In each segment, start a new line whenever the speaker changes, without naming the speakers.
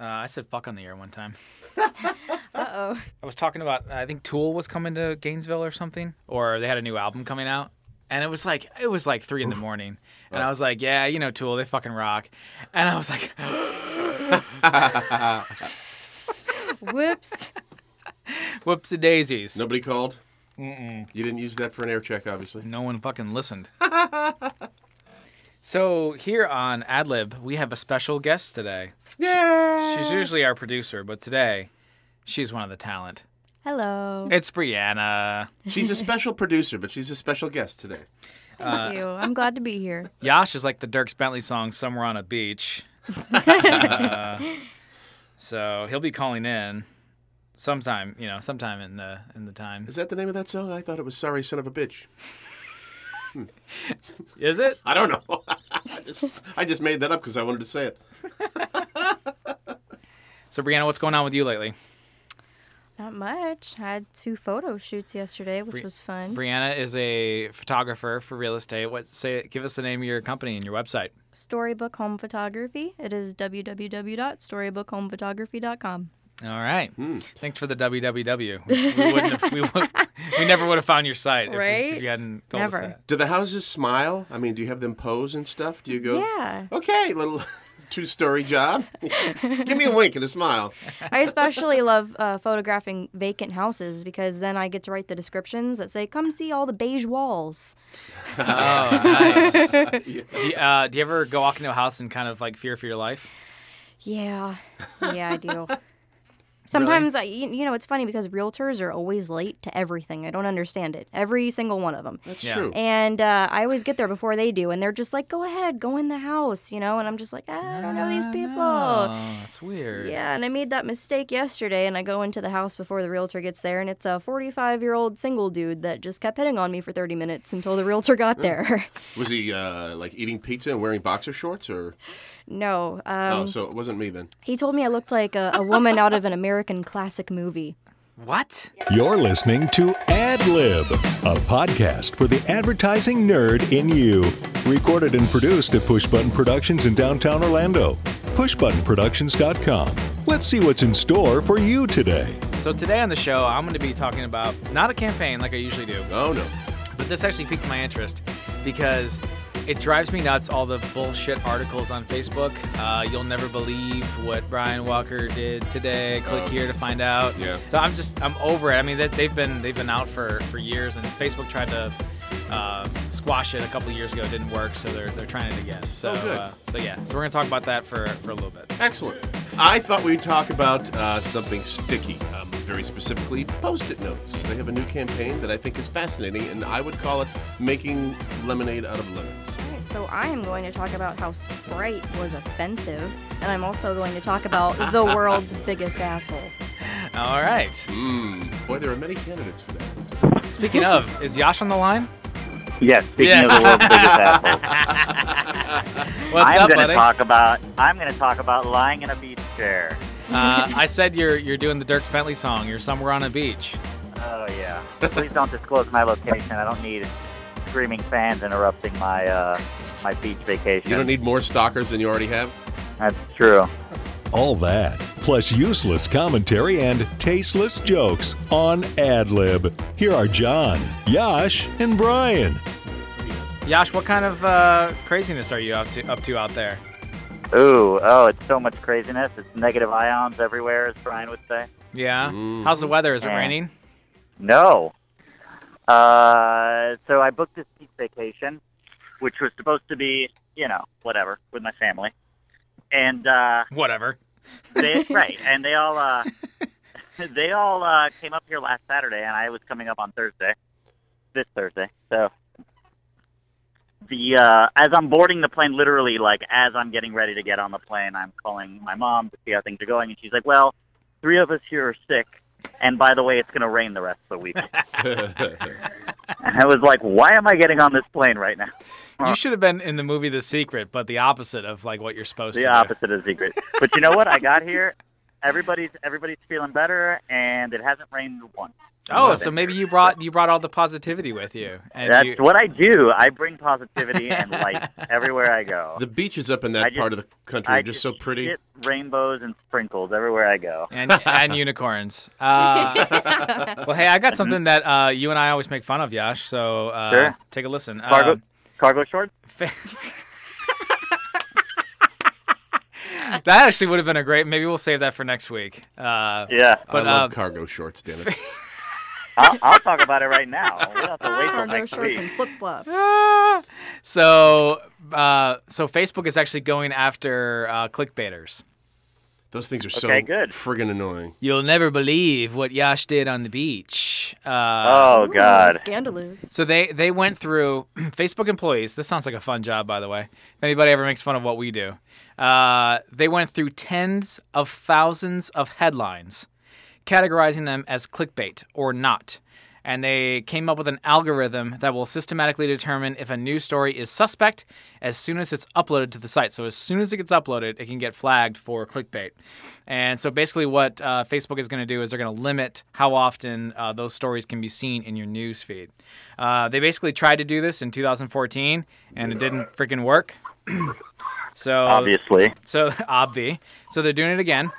Uh, I said fuck on the air one time.
Uh oh.
I was talking about I think Tool was coming to Gainesville or something, or they had a new album coming out. And it was like it was like three in the morning, and I was like, "Yeah, you know, Tool, they fucking rock." And I was like,
Whoops.
"Whoops, the daisies."
Nobody called. Mm-mm. You didn't use that for an air check, obviously.
No one fucking listened. so here on AdLib, we have a special guest today.
Yeah.
She's usually our producer, but today she's one of the talent.
Hello.
It's Brianna.
She's a special producer, but she's a special guest today.
Thank you. I'm glad to be here.
Yash is like the Dirks Bentley song "Somewhere on a Beach." Uh, so he'll be calling in sometime, you know, sometime in the in the time.
Is that the name of that song? I thought it was "Sorry, Son of a Bitch."
Is it?
I don't know. I, just, I just made that up because I wanted to say it.
So Brianna, what's going on with you lately?
Not much. I had two photo shoots yesterday, which was fun.
Brianna is a photographer for real estate. What say? Give us the name of your company and your website.
Storybook Home Photography. It is www.storybookhomephotography.com.
All right. Thanks for the www. We, we wouldn't have, we, would, we never would have found your site if, we, if
Right?
you hadn't told us
Never.
that.
Do the houses smile? I mean, do you have them pose and stuff? Do you
Oh.
go?
Yeah.
Okay, little two-story job. Give me a wink and a smile.
I especially love uh, photographing vacant houses because then I get to write the descriptions that say, come see all the beige walls.
Oh, nice. do, you, uh, do you ever go walk into a house and kind of like fear for your life?
Yeah. Yeah, I do. Sometimes, I, you you know, it's funny because realtors are always late to everything. I don't understand it. Every single one of them.
That's
Yeah.
true.
And uh, I always get there before they do, and they're just like, "Go ahead, go in the house," you know. And I'm just like, ah, "I don't know these people."
Oh, that's weird.
Yeah, and I made that mistake yesterday, and I go into the house before the realtor gets there, and it's a 45 year old single dude that just kept hitting on me for 30 minutes until the realtor got there.
Was he uh, like eating pizza and wearing boxer shorts, or
no, um,
oh, so it wasn't me then?
he told me I looked like a, a woman out of an American classic movie.
What?
You're listening to AdLib, a podcast for the advertising nerd in you. Recorded and produced at Push Button Productions in downtown Orlando. PushButtonProductions.com. Let's see what's in store for you today.
So today on the show, I'm going to be talking about not a campaign like I usually do,
Oh no.
but this actually piqued my interest because it drives me nuts all the bullshit articles on Facebook. Uh, you'll never believe what Brian Walker did today. Click here to find out.
Oh. Yeah.
So I'm just I'm over it. I mean that they've been they've been out for for years, and Facebook tried to. Uh, squash it a couple years ago it didn't work so they're they're trying it again so
Oh, good.
uh, so yeah so we're gonna talk about that for for a little bit
Excellent. I thought we'd talk about uh, something sticky, um, very specifically Post-it notes. They have a new campaign that I think is fascinating, and I would call it "Making Lemonade Out of Lemons."
Alright, So I am going to talk about how Sprite was offensive, and I'm also going to talk about the world's biggest asshole.
all right Hmm.
Mm. Boy, there are many candidates for that.
speaking of is yash on the line
Yes, speaking
Yes.
of the world's biggest asshole.
what's
I'm
up
gonna
buddy
talk about I'm gonna talk about lying in a beach chair.
Uh, I said you're you're doing the Dirks Bentley song. You're somewhere on a beach.
Oh yeah. Please don't disclose my location. I don't need screaming fans interrupting my uh, my beach vacation.
You don't need more stalkers than you already have.
That's true.
All that, plus useless commentary and tasteless jokes on AdLib. Here are John, Yash, and Brian.
Yash, what kind of uh, craziness are you up to up to out there?
Ooh, oh, it's so much craziness. It's negative ions everywhere, as Brian would say.
Yeah. How's the weather? Is it
Yeah.
raining?
No. Uh, so I booked this beach vacation, which was supposed to be, you know, whatever, with my family. And uh,
Whatever.
they, right, and they all uh, they all uh, came up here last Saturday, and I was coming up on Thursday, this Thursday. So the uh, as I'm boarding the plane, literally like as I'm getting ready to get on the plane, I'm calling my mom to see how things are going, and she's like, "Well, three of us here are sick, and by the way, it's going to rain the rest of the week." and I was like, "Why am I getting on this plane right now?"
You should have been in the movie The Secret, but the opposite of like what you're supposed
the
to
opposite of secret. But you know what? I got here. Everybody's everybody's feeling better, and it hasn't rained once.
Oh,
Love
so
it.
maybe you brought you brought all the positivity with you, and
That's
you,
what I do. I bring positivity and light everywhere I go.
The beaches up in
I
that
just-
part of the country
I
are just so pretty.
shit rainbows and sprinkles everywhere I go.
and, and unicorns. Uh, well, hey, I got something that uh, you and I always make fun of, Yash. So uh,
Mhm. Sure.
take a listen.
Cargo,
Um,
cargo shorts.
fa- that actually would have been a great. Maybe we'll save that for next week. Uh,
Yeah,
but,
I love
um,
cargo shorts, damn it.
I'll, I'll talk about it right now. We'll have to wait till
Cargo
next
shorts
week.
and flip flops.
so uh, so Facebook is actually going after uh, clickbaiters.
Those things are so
Okay, good.
friggin' annoying.
You'll never believe what Yash did on the beach. Uh,
Oh God.
Scandalous.
So they they went through Facebook employees. This sounds like a fun job, by the way. If anybody ever makes fun of what we do, uh, they went through tens of thousands of headlines, categorizing them as clickbait or not. And they came up with an algorithm that will systematically determine if a news story is suspect as soon as it's uploaded to the site. So, as soon as it gets uploaded, it can get flagged for clickbait. And so, basically, what uh, Facebook is going to do is they're going to limit how often uh, those stories can be seen in your news feed. Uh, they basically tried to do this in 2014, and it didn't freaking work. so,
Obviously.
so obvi. So they're doing it again.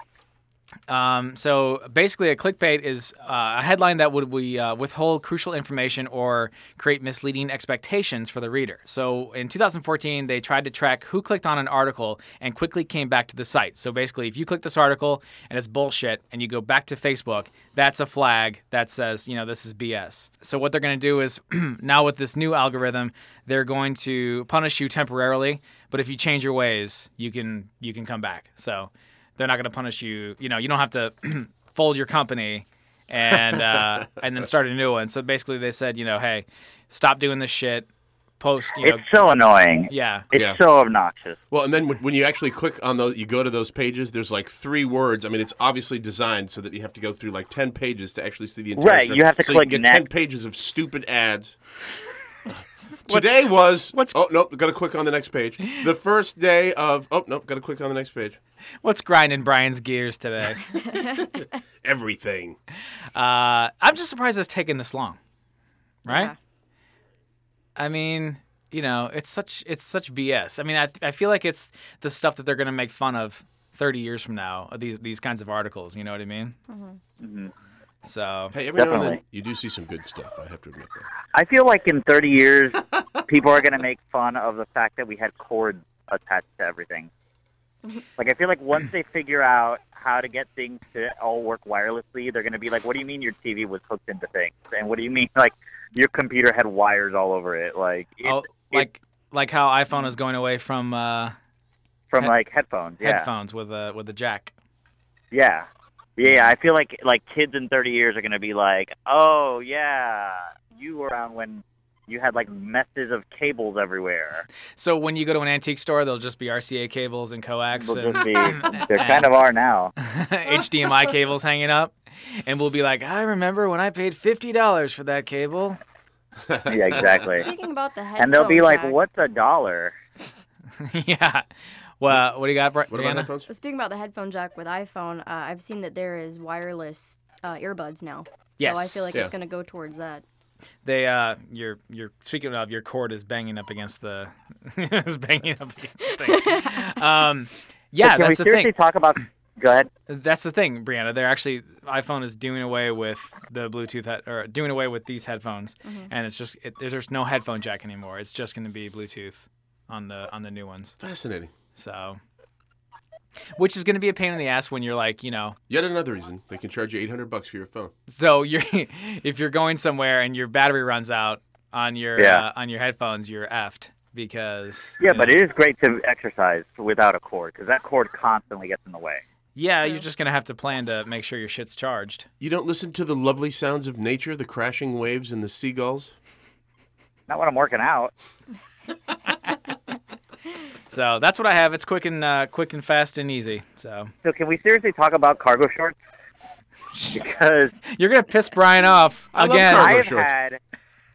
Um, so basically, a clickbait is uh, a headline that would we uh, withhold crucial information or create misleading expectations for the reader. So in 2014, they tried to track who clicked on an article and quickly came back to the site. So basically, if you click this article and it's bullshit, and you go back to Facebook, that's a flag that says you know this is BS. So what they're going to do is now with this new algorithm, they're going to punish you temporarily. But if you change your ways, you can you can come back. So they're not going to punish you. You know, you don't have to fold your company and uh, and then start a new one. So basically, they said, you know, hey, stop doing this shit. Post, you know,
It's so annoying.
yeah,
It's
Yeah.
so obnoxious.
Well, and then when- when you actually click on those, you go to those pages. There's like three words. I mean, it's obviously designed so that you have to go through like ten pages to actually see the entire.
Right,
story.
you have to
so
click
you can get ten
next.
pages of stupid ads. Today was
what's-
oh no, gotta click on the next page. The first day of oh no, gotta click on the next page.
what's grinding Brian's gears today?
Everything.
Uh, I'm just surprised it's taken this long, right?
Yeah.
I mean, you know, it's such it's such BS. I mean, I I feel like it's the stuff that they're gonna make fun of 30 years from now. These these kinds of articles, you know what I mean? So
Hey, every now and then
Definitely.
you do see some good stuff. I have to admit that.
I feel like in 30 years, people are going to make fun of the fact that we had cords attached to everything. Like, I feel like once they figure out how to get things to all work wirelessly, they're going to be like, what do you mean your TV was hooked into things? And what do you mean, like, your computer had wires all over it? Like, it,
oh, like like how iPhone is going away from uh,
from,
head-
like, headphones. Yeah.
headphones with a with a jack.
Yeah. Yeah, I feel like like kids in 30 years are going to be like, "Oh, yeah, you were around when you had like messes of cables everywhere."
So when you go to an antique store, there'll just be RCA cables and coax
People
and
just be, they kind of are now.
HDMI cables hanging up, and we'll be like, I remember when I paid fifty dollars for that cable.
Yeah, exactly.
Speaking about the headphone
And they'll be like,
jack-
"What's a dollar?"
yeah. Well, what do you got, Bri-
What
Deanna?
about headphones?
Speaking about the headphone jack with iPhone, uh, I've seen that there is wireless uh, earbuds now. So I
Yes.
feel like
Yeah.
it's going to go towards that.
They uh, your your speaking of your cord is banging up against the is banging up against the thing. Um, yeah,
Can we
that's the
seriously
thing.
talk about? Go ahead.
That's the thing, Brianna. They're actually iPhone is doing away with the Bluetooth head, or doing away with these headphones, and it's just it, there's just no headphone jack anymore. It's just going to be Bluetooth on the on the new ones.
Fascinating.
So, which is going to be a pain in the ass when you're like, you know,
Yet another reason they can charge you 800 bucks for your phone.
so you're if you're going somewhere and your battery runs out on your
Yeah.
uh, on your headphones, you're effed because
Yeah,
you
but
know-
it is great to exercise without a cord because that cord constantly gets in the way.
yeah, you're just going to have to plan to make sure your shit's charged.
You don't listen to the lovely sounds of nature, the crashing waves and the seagulls.
Not when I'm working out.
So that's what I have. It's quick and uh, quick and fast and easy. So.
So can we seriously talk about cargo shorts? Because
You're gonna piss Brian off
I love
again.
Cargo
I have
shorts.
had,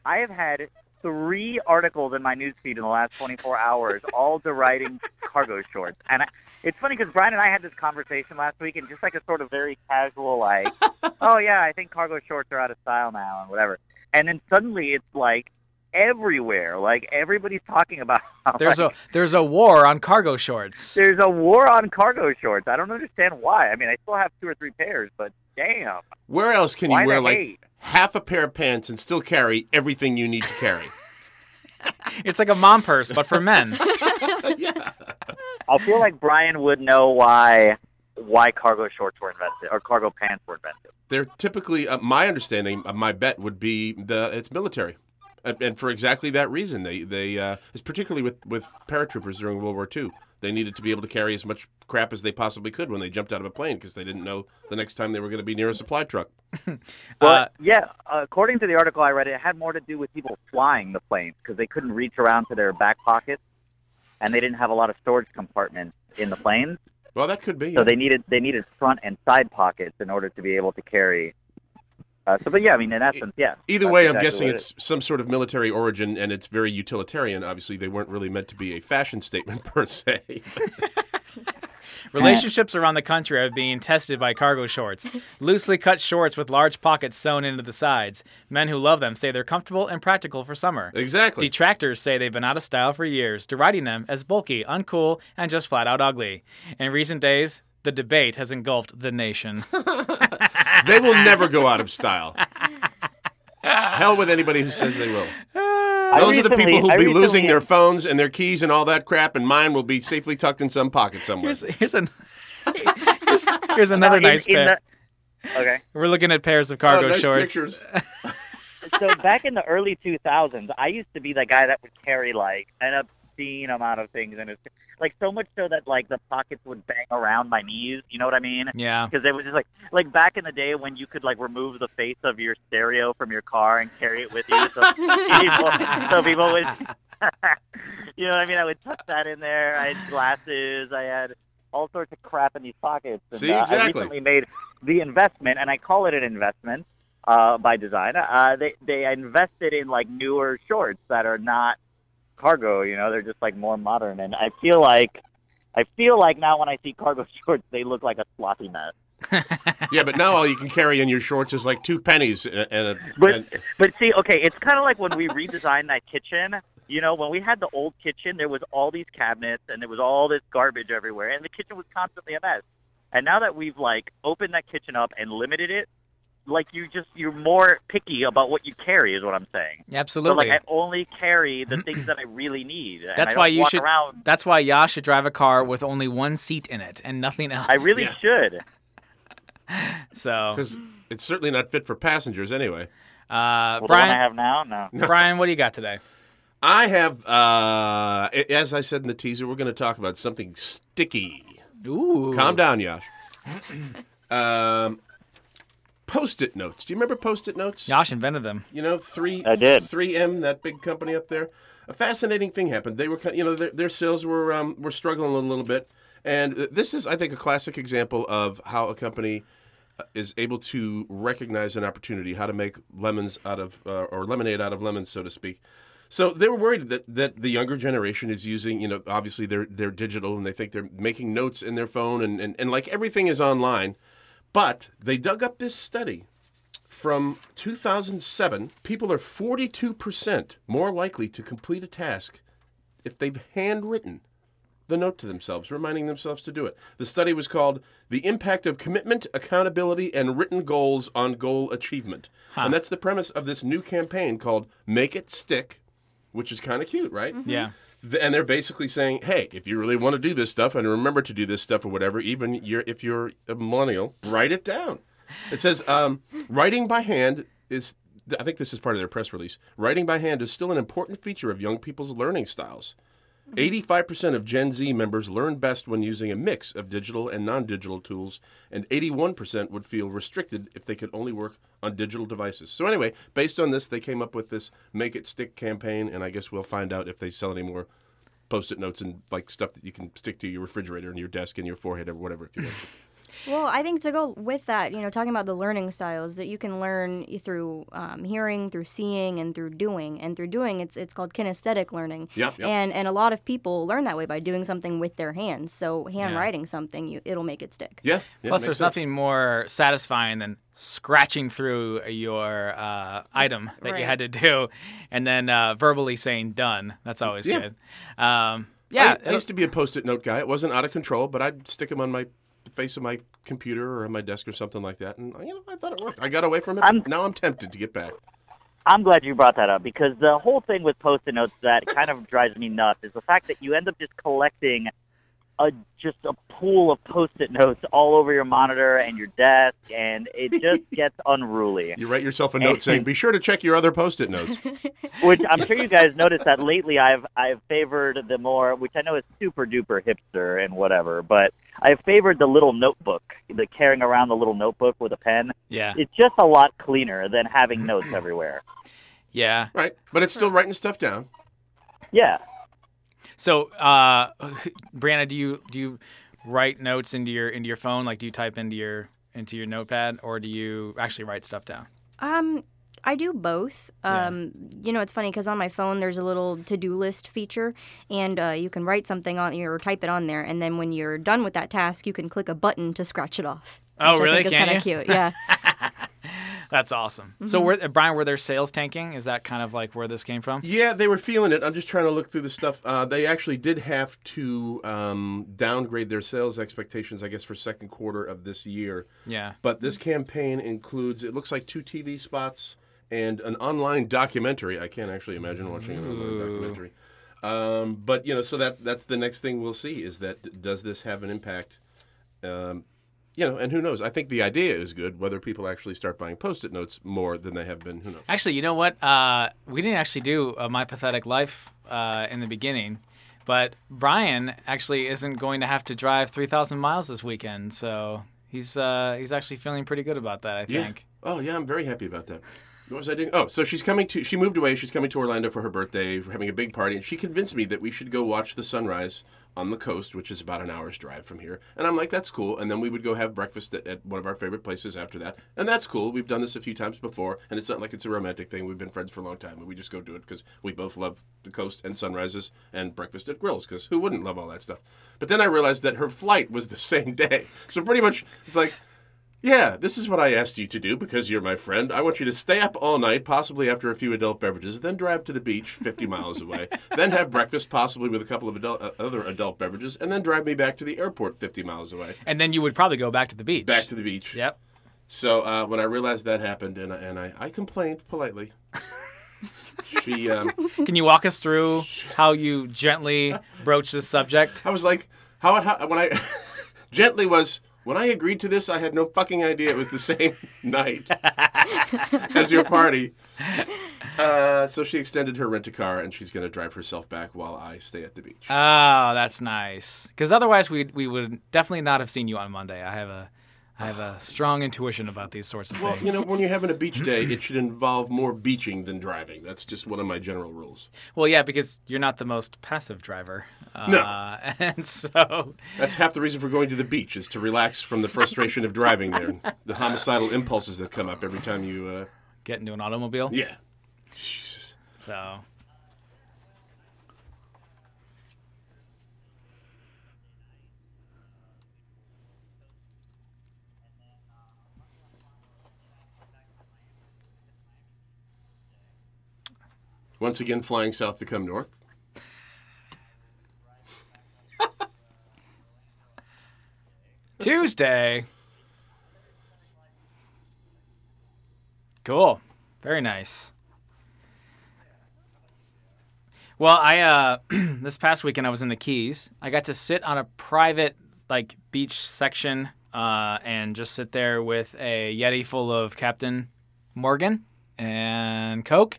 I have had three articles in my newsfeed in the last 24 hours, all deriding cargo shorts. And I, it's funny because Brian and I had this conversation last week, and just like a sort of very casual, like, oh yeah, I think cargo shorts are out of style now, and whatever. And then suddenly it's like everywhere, like everybody's talking about. How,
There's
like,
a there's a war on cargo shorts.
there's a war on cargo shorts. I don't understand why. I mean, I still have two or three pairs, but damn.
Where else can
Why
you wear
the
like
hate?
half a pair of pants and still carry everything you need to carry?
It's like a mom purse, but for men.
yeah.
I feel like Brian would know why why cargo shorts were invented or cargo pants were invented.
They're typically, uh, my understanding, uh, my bet would be the it's military, and, and for exactly that reason, they they uh, it's particularly with with paratroopers during World War II. They needed to be able to carry as much crap as they possibly could when they jumped out of a plane because they didn't know the next time they were going to be near a supply truck.
Well,
Uh,
yeah, according to the article I read, it had more to do with people flying the planes because they couldn't reach around to their back pockets, and they didn't have a lot of storage compartments in the planes,
Well, that could be.
so they needed they needed front and side pockets in order to be able to carry. Uh, so, but yeah, I mean, in essence, yeah.
E-, Either
that's
way, I'm
exactly
guessing
what it
it's some sort of military origin, and it's very utilitarian. Obviously, they weren't really meant to be a fashion statement per se.
Relationships around the country are being tested by cargo shorts. Loosely cut shorts with large pockets sewn into the sides. Men who love them say they're comfortable and practical for summer.
exactly.
Detractors say they've been out of style for years, deriding them as bulky, uncool, and just flat out ugly. In recent days, the debate has engulfed the nation.
they will never go out of style. Hell with anybody who says they will.
I
Those are the
recently-
people who'll
I
be losing
recently-
their phones and their keys and all that crap, and mine will be safely tucked in some pocket somewhere.
Here's, here's, an, here's, here's another
uh, in-
nice
in
pair.
the- okay.
We're looking at pairs of
Oh,
cargo
nice
shorts.
pictures.
so back in the early 2000s, I used to be the guy that would carry like an obscene amount of things in his, like so much so that like the pockets would bang around my knees. You know what I mean?
Yeah.
Because it was just like like back in the day when you could like remove the face of your stereo from your car and carry it with you. So people, so people would, you know what I mean? I would tuck that in there. I had glasses. I had all sorts of crap in these pockets. And,
See,
uh, I
exactly.
recently made the investment, and I call it an investment uh, by design. Uh, they they invested in like newer shorts that are not cargo. You know, they're just like more modern, and I feel like. I feel like now when I see cargo shorts, they look like a sloppy mess.
yeah, but now all you can carry in your shorts is like two pennies and a. And a
But
and-
but see, okay, it's kind of like when we redesigned that kitchen. You know, when we had the old kitchen, there was all these cabinets and there was all this garbage everywhere, and the kitchen was constantly a mess. And now that we've like opened that kitchen up and limited it, like you just you're more picky about what you carry, is what I'm saying. So
Absolutely. Mm-hmm.
like I only carry the things that I really need. and
That's
I
why
don't
you
walk
should-
Around.
That's why Yah should drive a car with only one seat in it and nothing else.
I really
Yeah.
should.
so.
Because it's certainly not fit for passengers anyway.
Uh,
Well, the one I
Brian,
have now, no.
Brian, what do you got today?
I have, uh, a- as I said in the teaser, we're going to talk about something sticky.
Ooh,
Calm down, Yash. um, post-it notes. Do you remember post-it notes?
Yash invented them.
You know, three.
I did.
Three M, that big company up there. A fascinating thing happened. They were, kind- you know, their, their sales were um, were struggling a little bit, and uh, this is, I think, a classic example of how a company uh, is able to recognize an opportunity, how to make lemons out of uh, or lemonade out of lemons, so to speak. So they were worried that, that the younger generation is using, you know, obviously they're they're digital and they think they're making notes in their phone and, and, and like everything is online. But they dug up this study from 2007, people are 42% more likely to complete a task if they've handwritten the note to themselves, reminding themselves to do it. The study was called The Impact of Commitment, Accountability, and Written Goals on Goal Achievement. And that's the premise of this new campaign called Make It Stick, which is kind of cute, right?
Yeah.
Th- and they're basically saying, "Hey, if you really want to do this stuff and remember to do this stuff or whatever, even you're, if you're a millennial, write it down." It says, um, "Writing by hand is." I think this is part of their press release. Writing by hand is still an important feature of young people's learning styles. 85% of Gen Z members learn best when using a mix of digital and non digital tools, and 81% would feel restricted if they could only work on digital devices. So, anyway, based on this, they came up with this Make It Stick campaign, and I guess we'll find out if they sell any more post it notes and like stuff that you can stick to your refrigerator and your desk and your forehead or whatever if you want.
Well, I think to go with that, you know, talking about the learning styles that you can learn through um, hearing, through seeing, and through doing. And through doing, it's it's called kinesthetic learning.
Yep, yep.
And and a lot of people learn that way by doing something with their hands. So handwriting something, you, it'll make it stick.
Yeah. yeah,
Plus,
makes
there's
sense.
nothing more satisfying than scratching through your uh, item that you
Right.
had to do, and then uh, verbally saying "done." That's always
Yeah.
good. Um, yeah, uh,
I, I used to be a post-it note guy. It wasn't out of control, but I'd stick them on my the face of my computer or on my desk or something like that, and you know I thought it worked. I got away from it.
I'm-
now I'm tempted to get back.
I'm glad you brought that up because the whole thing with post-it notes that kind of drives me nuts is the fact that you end up just collecting a just a pool of post-it notes all over your monitor and your desk, and it just gets unruly.
You write yourself a note saying, "Be sure to check your other post-it notes."
Which I'm sure you guys noticed that lately I've I've favored the more, which I know is super duper hipster and whatever, but I've favored the little notebook, the carrying around the little notebook with a pen.
yeah,
It's just a lot cleaner than having notes everywhere.
yeah.
right, but it's still writing stuff down.
Yeah.
So, uh, Brianna, do you do you write notes into your into your phone? Like, do you type into your into your notepad, or do you actually write stuff down?
Um, I do both.
Yeah.
Um, you know, it's funny because on my phone there's a little to-do list feature, and uh, you can write something on or type it on there, and then when you're done with that task, you can click a button to scratch it off.
Oh,
which
really?
I think
Can
is kind of cute. Yeah.
That's awesome. So, were, uh, Brian, were there sales tanking? Is that kind of like where this came from?
Yeah, they were feeling it. I'm just trying to look through the stuff. Uh, they actually did have to um, downgrade their sales expectations, I guess, for second quarter of this year.
Yeah.
But this campaign includes, it looks like two TV spots and an online documentary. I can't actually imagine watching an online documentary. Um, but you know, so that that's the next thing we'll see is that d- does this have an impact? Um, you know, and who knows? I think the idea is good. Whether people actually start buying post-it notes more than they have been, who knows?
Actually, you know what? Uh, we didn't actually do uh, My Pathetic Life uh, in the beginning, but Brian actually isn't going to have to drive 3,000 miles this weekend. So he's uh, he's actually feeling pretty good about that, I think.
Oh yeah, I'm very happy about that. What was I doing? Oh, so she's coming to. She moved away. She's coming to Orlando for her birthday. We're having a big party, and she convinced me that we should go watch the sunrise on the coast, which is about an hour's drive from here. And I'm like, that's cool. And then we would go have breakfast at, at one of our favorite places after that, and that's cool. We've done this a few times before, and it's not like it's a romantic thing. We've been friends for a long time, and we just go do it because we both love the coast and sunrises and breakfast at grills. Because who wouldn't love all that stuff? But then I realized that her flight was the same day, so pretty much it's like. Yeah, this is what I asked you to do because you're my friend. I want you to stay up all night, possibly after a few adult beverages, then drive to the beach 50 miles away, then have breakfast, possibly with a couple of adult, uh, other adult beverages, and then drive me back to the airport 50 miles away,
And then you would probably go back to the beach.
back to the beach.
Yep.
So uh, when I realized that happened, and, I- and I, I complained politely, she, um,
Can you walk us through how you gently broach this subject?
I was like, how, how when I gently was when I agreed to this, I had no fucking idea it was the same night as your party. Uh, so she extended her rent a car, and she's going to drive herself back while I stay at the beach.
Oh, that's nice. Because otherwise, we we would definitely not have seen you on Monday. I have a I have a strong intuition about these sorts of
well,
things.
you know, when you're having a beach day, it should involve more beaching than driving. That's just one of my general rules.
Well, yeah, because you're not the most passive driver.
No.
Uh, and so,
That's half the reason for going to the beach is to relax from the frustration of driving there, and the homicidal impulses that come up every time you. Uh,
get into an automobile.
yeah.
So,
Once again, flying south to come north.
Tuesday. Cool. Very nice. Well, I uh, this past weekend I was in the Keys. I got to sit on a private like beach section uh, and just sit there with a Yeti full of Captain Morgan and Coke,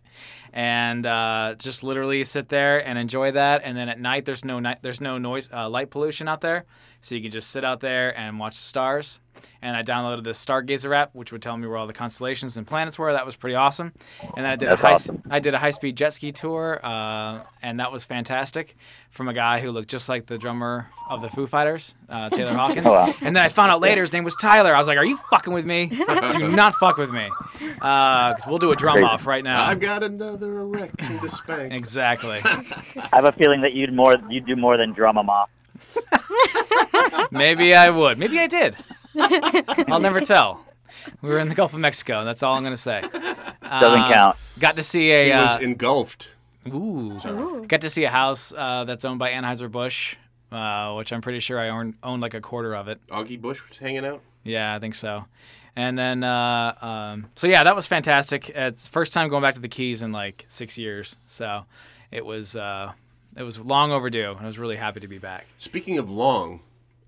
and uh, just literally sit there and enjoy that. And then at night there's no night there's no noise uh, light pollution out there, so you can just sit out there and watch the stars. and I downloaded the Stargazer app, which would tell me where all the constellations and planets were. That was pretty awesome. And then I did
That's
a high,
awesome.
I did a high speed jet ski tour, uh, and that was fantastic from a guy who looked just like the drummer of the Foo Fighters, uh, Taylor Hawkins.
Wow.
And then I found out later his name was Tyler. I was like, "Are you fucking with me? Do not fuck with me, because we'll do a drum
Crazy.
off right now."
I've got another erection to spank.
Exactly.
I have a feeling that you'd more you'd do more than drum 'em off.
Maybe I would. Maybe I did. I'll never tell. We were in the Gulf of Mexico. and That's all I'm gonna say. Uh,
Doesn't count.
Got to see a
He
uh,
was engulfed.
ooh, got to see a house uh, that's owned by Anheuser Busch, uh, which I'm pretty sure I own, owned like a quarter of it.
Augie Bush was hanging out.
Yeah, I think so. And then, uh, um, so yeah, that was fantastic. It's first time going back to the Keys in like six years, so it was uh, it was long overdue, and I was really happy to be back.
Speaking of long,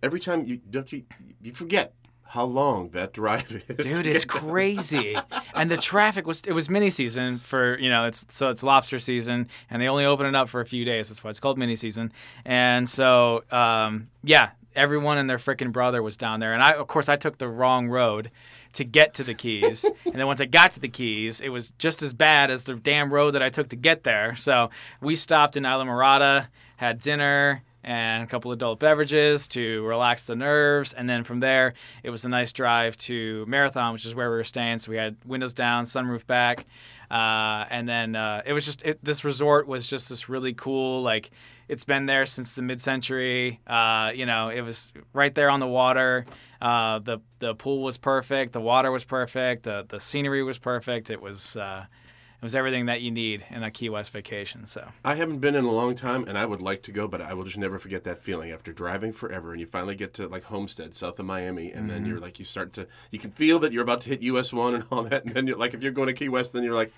every time you don't you you forget how long that drive is.
Dude, it's crazy. and the traffic was it was mini season for, you know, it's so it's lobster season and they only open it up for a few days. That's why it's called mini season. And so um, yeah, everyone and their freaking brother was down there. And I of course I took the wrong road to get to the keys. and then once I got to the keys, it was just as bad as the damn road that I took to get there. So we stopped in Isla Morada, had dinner, and a couple adult beverages to relax the nerves. And then from there, it was a nice drive to Marathon, which is where we were staying. So we had windows down, sunroof back. Uh, and then uh, it was just, it, this resort was just this really cool, like, it's been there since the mid century. Uh, you know, it was right there on the water. Uh, the, the pool was perfect. The water was perfect. The, the scenery was perfect. It was, uh, it was everything that you need in a Key West vacation. So.
I haven't been in a long time, and I would like to go, but I will just never forget that feeling after driving forever, and you finally get to like Homestead, south of Miami, and then
Mm-hmm.
you're like, you start to, you can feel that you're about to hit US one and all that, and then you're like, if you're going to Key West, then you're like,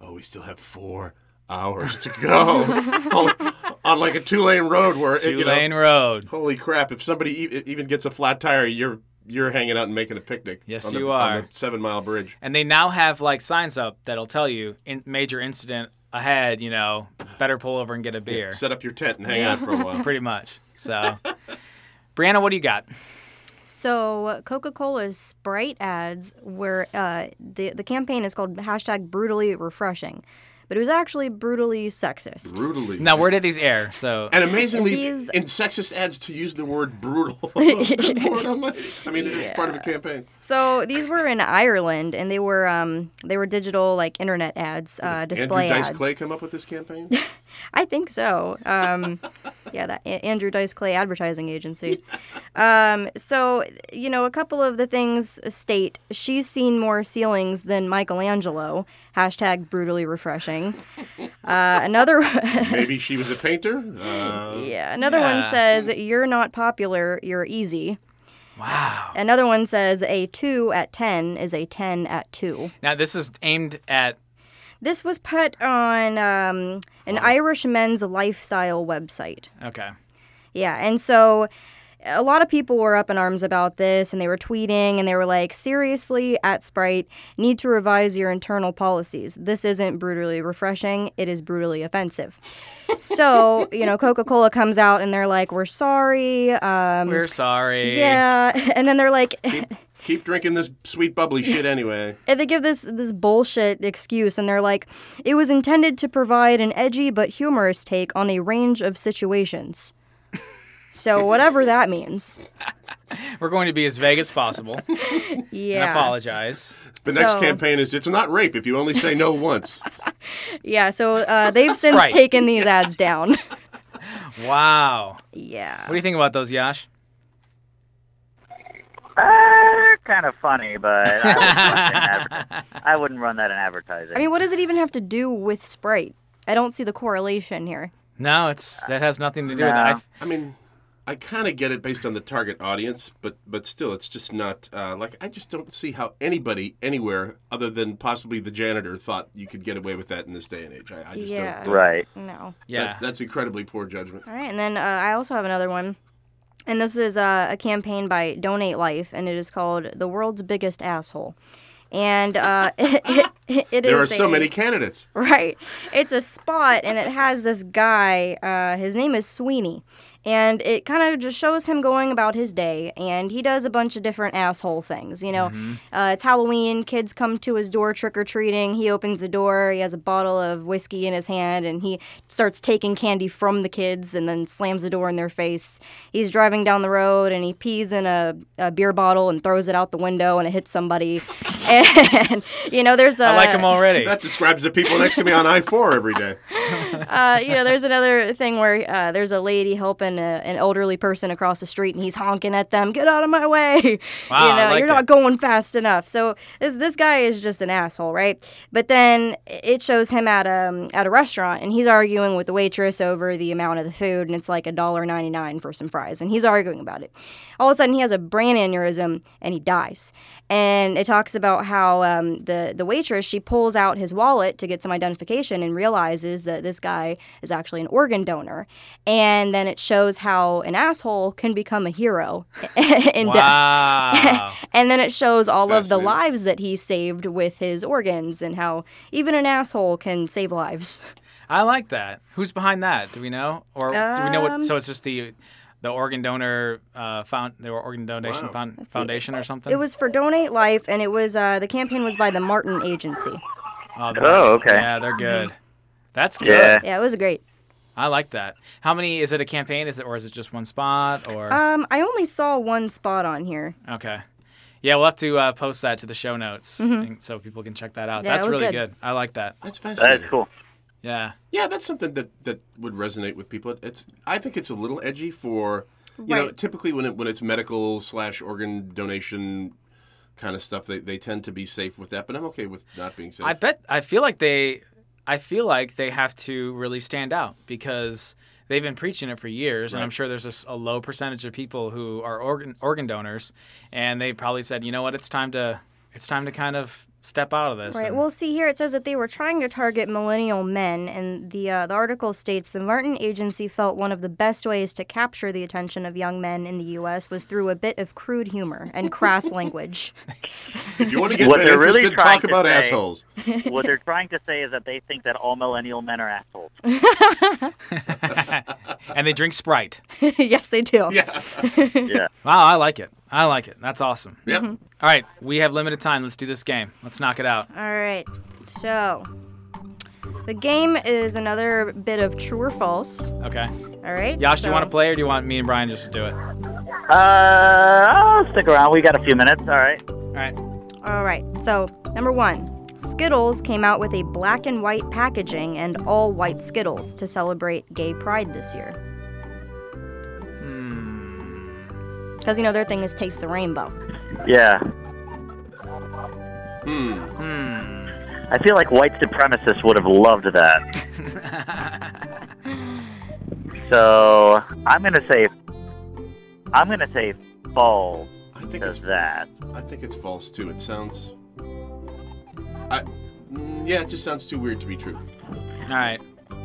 oh, we still have four hours to go on, on, like a two lane road where it,
Two
you know,
lane road.
holy crap! If somebody e- even gets a flat tire, you're you're hanging out and making a picnic.
Yes,
on the-
you
on the
are.
seven mile bridge.
And they now have like signs up that'll tell you in major incident ahead, you know, better pull over and get a beer.
Set up your tent and hang out for a while.
Pretty much. So Brianna, what do you got?
So Coca-Cola's Sprite ads were uh, the the campaign is called hashtag brutally refreshing, but it was actually brutally sexist.
Brutally.
Now where did these air? So
And amazingly,
These-
in sexist ads, to use the word brutal. Lord almighty. I mean, it's part of a campaign.
So these were in Ireland, and they were um, they were digital like internet ads, uh, display
Andrew
ads.
Dice Clay come up with this campaign?
I think so. Um, yeah, that A- Andrew Dice Clay Advertising Agency. Um, so, you know, a couple of the things state she's seen more ceilings than Michelangelo. Hashtag brutally refreshing. Uh, another,
Maybe she was a painter. Uh,
yeah, another
Yeah.
one says you're not popular, you're easy.
wow.
Another one says a two at ten is a ten at two.
Now this is aimed at
This was put on um, an Irish men's lifestyle website.
okay.
Yeah, and so a lot of people were up in arms about this and they were tweeting and they were like, seriously, at Sprite, need to revise your internal policies. This isn't brutally refreshing, it is brutally offensive. so, you know, Coca Cola comes out and they're like, we're sorry. Um,
We're sorry.
yeah, and then they're like,
Keep drinking this sweet bubbly shit anyway.
and they give this this bullshit excuse and they're like it was intended to provide an edgy but humorous take on a range of situations so whatever that means
We're going to be as vague as possible.
yeah
And apologize.
The next
So-
campaign is it's not rape if you only say no once.
Yeah, so uh, they've since
Right.
taken these ads down.
Wow. What
yeah.
do you think about those, Yash?
Uh, kind of funny, but I wouldn't, run that in adver- I wouldn't run that in advertising.
I mean, what does it even have to do with Sprite? I don't see the correlation here.
No, it's that has nothing to do with that. I f-
I mean, I kind of get it based on the target audience, but but still, it's just not uh, like I just don't see how anybody anywhere other than possibly the janitor thought you could get away with that in this day and age. I, I just
Yeah.
don't. don't-
right.
No.
Yeah.
that- that's incredibly poor judgment.
All right, and then uh, I also have another one. And this is uh, a campaign by Donate Life, and it is called The World's Biggest Asshole. And uh, it, it
there are
is
so
a-
many candidates.
Right. It's a spot, and it has this guy. Uh, his name is Sweeney. And it kind of just shows him going about his day, and he does a bunch of different asshole things. You know,
Mm-hmm.
uh, it's Halloween, kids come to his door trick or treating. He opens the door, he has a bottle of whiskey in his hand, and he starts taking candy from the kids and then slams the door in their face. He's driving down the road, and he pees in a, a beer bottle and throws it out the window, and it hits somebody. and, you know, there's a.
I like him already.
That describes the people next to me on I four every day.
uh, you know, there's another thing where uh, there's a lady helping a, an elderly person across the street, and he's honking at them, "Get out of my way!"
Wow, I
you know,
like
you're
that.
not going fast enough. So this this guy is just an asshole, right? But then it shows him at a at a restaurant, and he's arguing with the waitress over the amount of the food, and it's like a dollar ninety nine for some fries, and he's arguing about it. All of a sudden, he has a brain aneurysm, and he dies. And it talks about how um, the the waitress she pulls out his wallet to get some identification and realizes that this guy is actually an organ donor. And then it shows how an asshole can become a hero in death.
wow.
And then it shows all of the
Fascinating.
lives that he saved with his organs and how even an asshole can save lives.
I like that. Who's behind that? Do we know? Or do we know what?
Um,
So it's just the the organ donor uh, found the organ donation
Wow.
found, foundation or something.
It was for Donate Life, and it was uh, the campaign was by the Martin Agency.
Oh, the-
Oh, okay.
Yeah, they're good. That's good.
Yeah.
Yeah, it was great.
I like that. How many is it a campaign? Is it or is it just one spot or
Um, I only saw one spot on here.
Okay. Yeah, we'll have to uh, post that to the show notes and- so people can check that out.
Mm-hmm. Yeah, it
That's
was
really good.
good.
I like that.
That's
That's
fascinating.
cool.
Yeah.
Yeah, that's something that that would resonate with people. It's I think it's a little edgy for you know
Right.
typically when it, when it's medical slash organ donation kind of stuff they, they tend to be safe with that, but I'm okay with not being safe.
I bet I feel like they I feel like they have to really stand out because they've been preaching it for years and I'm
Right.
sure there's a s- a, low percentage of people who are organ organ donors and they probably said, "You know what? It's time to it's time to kind of step out of this."
Right.
and-
Well, see here it says that they were trying to target millennial men, and the uh, the article states the Martin Agency felt one of the best ways to capture the attention of young men in the U.S. was through a bit of crude humor and crass language.
if you want to get
What
that
they're really
interested,
trying
talk
to
about
say-
assholes.
what they're trying to say is that they think that all millennial men are assholes.
and they drink Sprite.
yes, they do.
Yeah.
Yeah.
Wow, I like it. I like it. That's awesome.
yep.
All right, we have limited time. Let's do this game. Let's knock it out.
All right. So the game is another bit of true or false.
Okay.
All right.
Yash, do
so-
you want to play or do you want me and Brian just to do it? All
Uh, I'll stick around. We got a few minutes. All right.
right.
All right. So, number one Skittles came out with a black and white packaging and all white Skittles to celebrate gay pride this year. Because, you know, their thing is taste the rainbow.
Yeah.
Mm-hmm.
Hmm.
I feel like white supremacists would have loved that. so I'm gonna say, I'm gonna say false
I think
to
it's
that.
I think it's false too. It sounds I mm, yeah, it just sounds too weird to be true.
All right.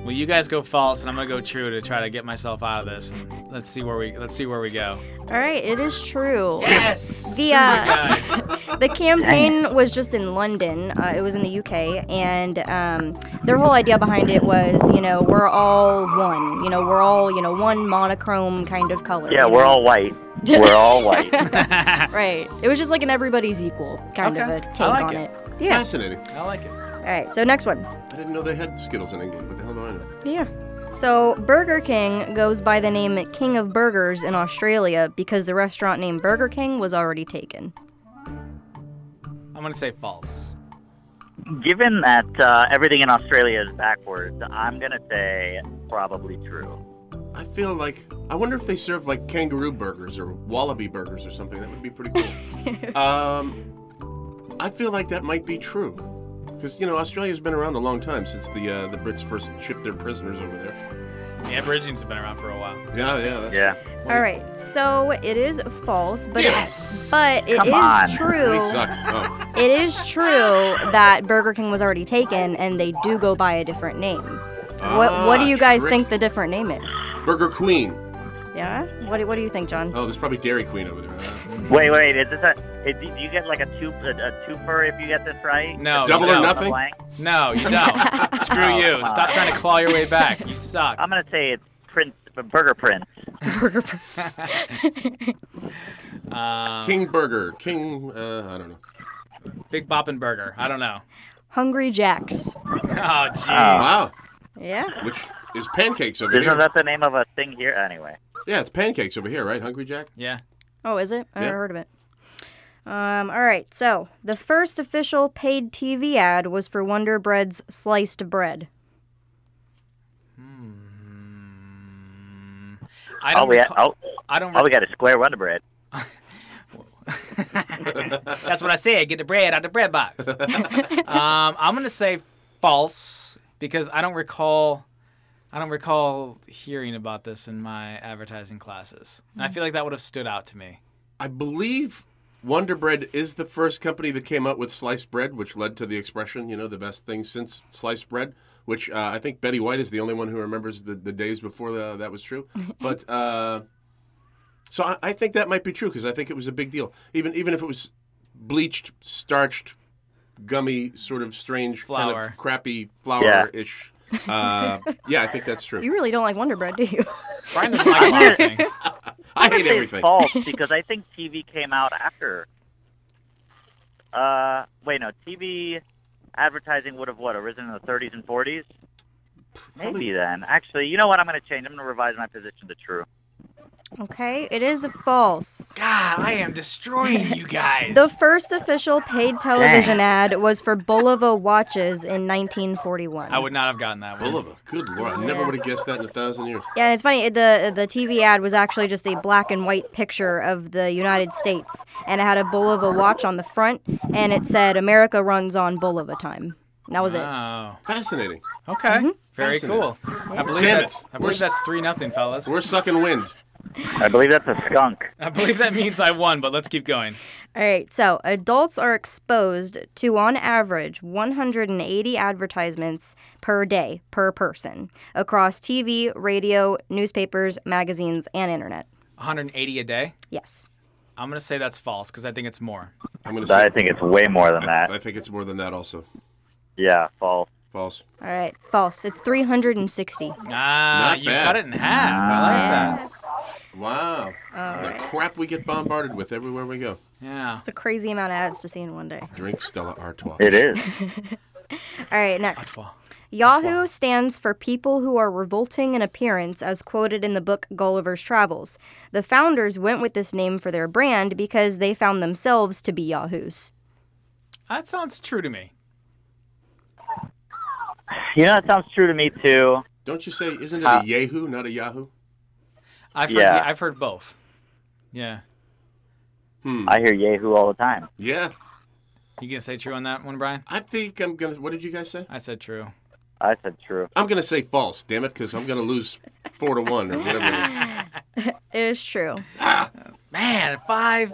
Well, you guys go false, and I'm gonna go true to try to get myself out of this. And let's see where we let's see where we go.
All right, it is true.
Yes.
The, uh,
Guys,
the campaign was just in London. Uh, it was in the UK, and um, their whole idea behind it was, you know, we're all one. You know, we're all, you know, one monochrome kind of color.
Yeah,
you
we're
know?
all white. We're all white.
right. It was just like an everybody's equal kind of
Okay,
a
I
take
like
on
it.
it. Yeah.
Fascinating.
I like it.
All right. So next one.
I didn't know they had Skittles in England. What the hell do I know?
Yeah. So Burger King goes by the name King of Burgers in Australia because the restaurant name Burger King was already taken.
I'm gonna say false.
Given that uh, everything in Australia is backwards, I'm gonna say probably true.
I feel like I wonder if they serve like kangaroo burgers or wallaby burgers or something. That would be pretty cool. um, I feel like that might be true because you know Australia's been around a long time since the uh, the Brits first shipped their prisoners over there.
The Aborigines have been around for a while.
Yeah, yeah. That's,
Yeah.
All right. So it is false, but
Yes!
but it is
Come on.
We
true.
suck. Oh,
It is true that Burger King was already taken, and they do go by a different name. what What do
Ah,
you guys
trick.
think the different name is?
Burger Queen.
Yeah. What do, What do you think, John?
Uh-huh.
Oh, there's probably Dairy Queen over there. Uh,
Wait, wait. Is this a It, do you get like a two a, a twofer if you get this right?
No,
A
Double or
two and a
nothing?
blank?
No, you don't. Screw
Oh,
you.
come on.
Stop trying to claw your way back. You suck.
I'm gonna say it's Prince Burger Prince.
Um,
King Burger, King. Uh, I don't know.
Big Boppin' Burger. I don't know.
Hungry Jacks.
Oh, jeez.
Oh.
Wow,
Yeah.
which is pancakes over
Isn't
here.
that the name of a thing here? Anyway,
Yeah, it's pancakes over here, right? Hungry Jack.
Yeah.
Oh, is it? I
Yeah.
never heard of it. Um, all right, so the first official paid TV ad was for Wonder Bread's sliced bread.
I
all
don't.
we
recall-
oh,
I don't.
all we
recall-
got is square Wonder Bread.
That's what I said. Get the bread out of the bread box. um, I'm gonna say false because I don't recall. I don't recall hearing about this in my advertising classes. And I feel like that would have stood out to me.
I believe Wonder Bread is the first company that came out with sliced bread, which led to the expression, you know, the best thing since sliced bread. Which uh, I think Betty White is the only one who remembers the, the days before the, that was true. But uh, so I, I think that might be true because I think it was a big deal, even even if it was bleached, starched, gummy, sort of strange kind
Flour.
of crappy flour ish. Uh, yeah, I think that's true.
You really don't like Wonder Bread, do you?
Brian doesn't like a lot of things.
I
I'm
hate
gonna say
everything.
False, because I think TV came out after. Uh, wait, no, TV advertising would have what arisen in the 30s and 40s. Maybe then. Actually, you know what? I'm going to change. I'm going to revise my position to true.
Okay, it is false.
God, I am destroying you guys.
The first official paid television ad was for Bulova watches in 1941.
I would not have gotten that one.
Bulova, good lord! I never would have guessed that in a thousand years.
Yeah, and it's funny. the The TV ad was actually just a black and white picture of the United States, and it had a Bulova watch on the front, and it said "America runs on Bulova time." And that was it.
Oh,
Fascinating.
okay. Very
Fascinating.
cool. I believe
Damn it.
that's I
We're
believe
s-
that's three nothing, fellas.
We're sucking wind.
I believe that's a skunk.
I believe that means I won, but let's keep going.
All right, so adults are exposed to, on average, 180 advertisements per day per person across TV, radio, newspapers, magazines, and internet.
180 a day.
Yes.
I'm gonna say that's false because I think it's more.
I'm gonna
I
say.
think it's way more than
I
that.
think it's more than that. Also,
Yeah, false.
false.
All right, false. It's 360.
Ah,
Not
you
bad.
cut it in half. I like that.
Wow. the crap we get bombarded with everywhere we go.
Yeah.
It's a crazy amount of ads to see in one day.
Drink Stella Artois.
It is.
All right, next.
Well,
Yahoo stands for people who are revolting in appearance, as quoted in the book Gulliver's Travels. The founders went with this name for their brand because they found themselves to be Yahoos.
that sounds true to me.
You know, that sounds true to me too.
Don't you say? Isn't it
Uh,
a Yahoo, not a Yahoo?
I've heard,
Yeah.
I've heard both. Yeah.
I hear Yahoo all the time.
Yeah.
You gonna say true on that one, Brian?
I think I'm gonna. What did you guys say?
I said true.
I said true.
I'm gonna say false. Damn it, because I'm gonna lose four to one or whatever. it is.
It is true.
Man, five,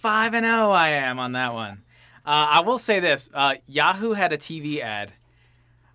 five and oh, I am on that one. Uh, I will say this: uh, Yahoo had a TV ad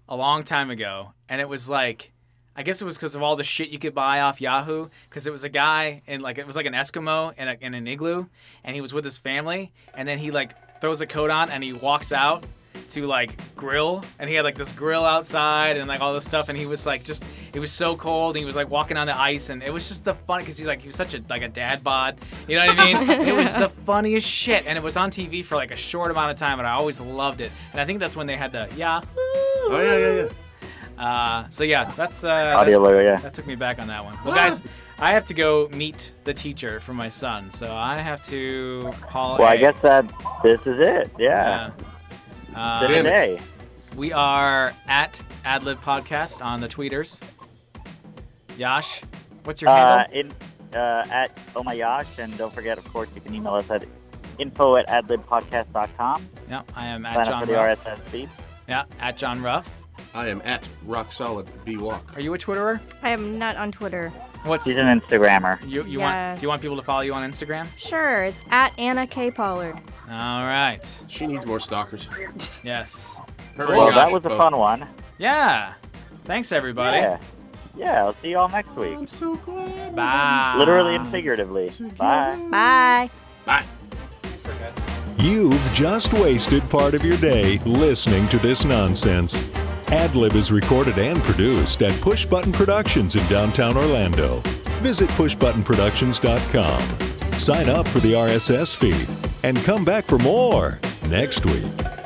a long time ago, and it was like, I guess it was because of all the shit you could buy off Yahoo. Because it was a guy and like it was like an Eskimo in, a, in an igloo, and he was with his family, and then he like throws a coat on and he walks out to like grill and he had like this grill outside and like all this stuff and he was like just it was so cold and he was like walking on the ice and it was just the fun because he's like he was such a like a dad bod you know what i mean it was the funniest shit and it was on tv for like a short amount of time and i always loved it and i think that's when they had the yeah
Oh yeah, yeah, yeah.
uh, so yeah, that's uh, that,
Audio logo, yeah.
that took me back on that one. Well, guys, I have to go meet the teacher for my son, so I have to
oh,
call.
Well, I
a-
guess that this is it. Yeah.
Yeah. Uh,
Today.
Damn it.
we are at AdLib Podcast on the tweeters. Yash, what's your
Uh,
handle?
in, uh, at Oh My Gosh, and don't forget, of course, you can email us at info at adlibpodcast.com.
Yeah, I am at
Sign up for
John
the
Ruff.
RSS feed.
Yeah, at John Ruff.
I am at rock solid B walk.
Are you a Twitterer?
I am not on Twitter.
What's
He's
you,
an Instagrammer.
you want?
Yes.
Do you want people to follow you on Instagram?
Sure, it's at Anna K. Pollard.
All right.
She needs more stalkers.
Yes.
Her and
Well, that
Josh
was a
both.
fun one.
Yeah. Thanks, everybody.
Yeah. Yeah, I'll see you all next week.
I'm so glad.
Bye.
Literally and figuratively. Bye.
Bye.
Bye.
Thanks for guys.
You've just wasted part of your day listening to this nonsense. AdLib is recorded and produced at Push Button Productions in downtown Orlando. Visit pushbuttonproductions.com. Sign up for the RSS feed and come back for more next week.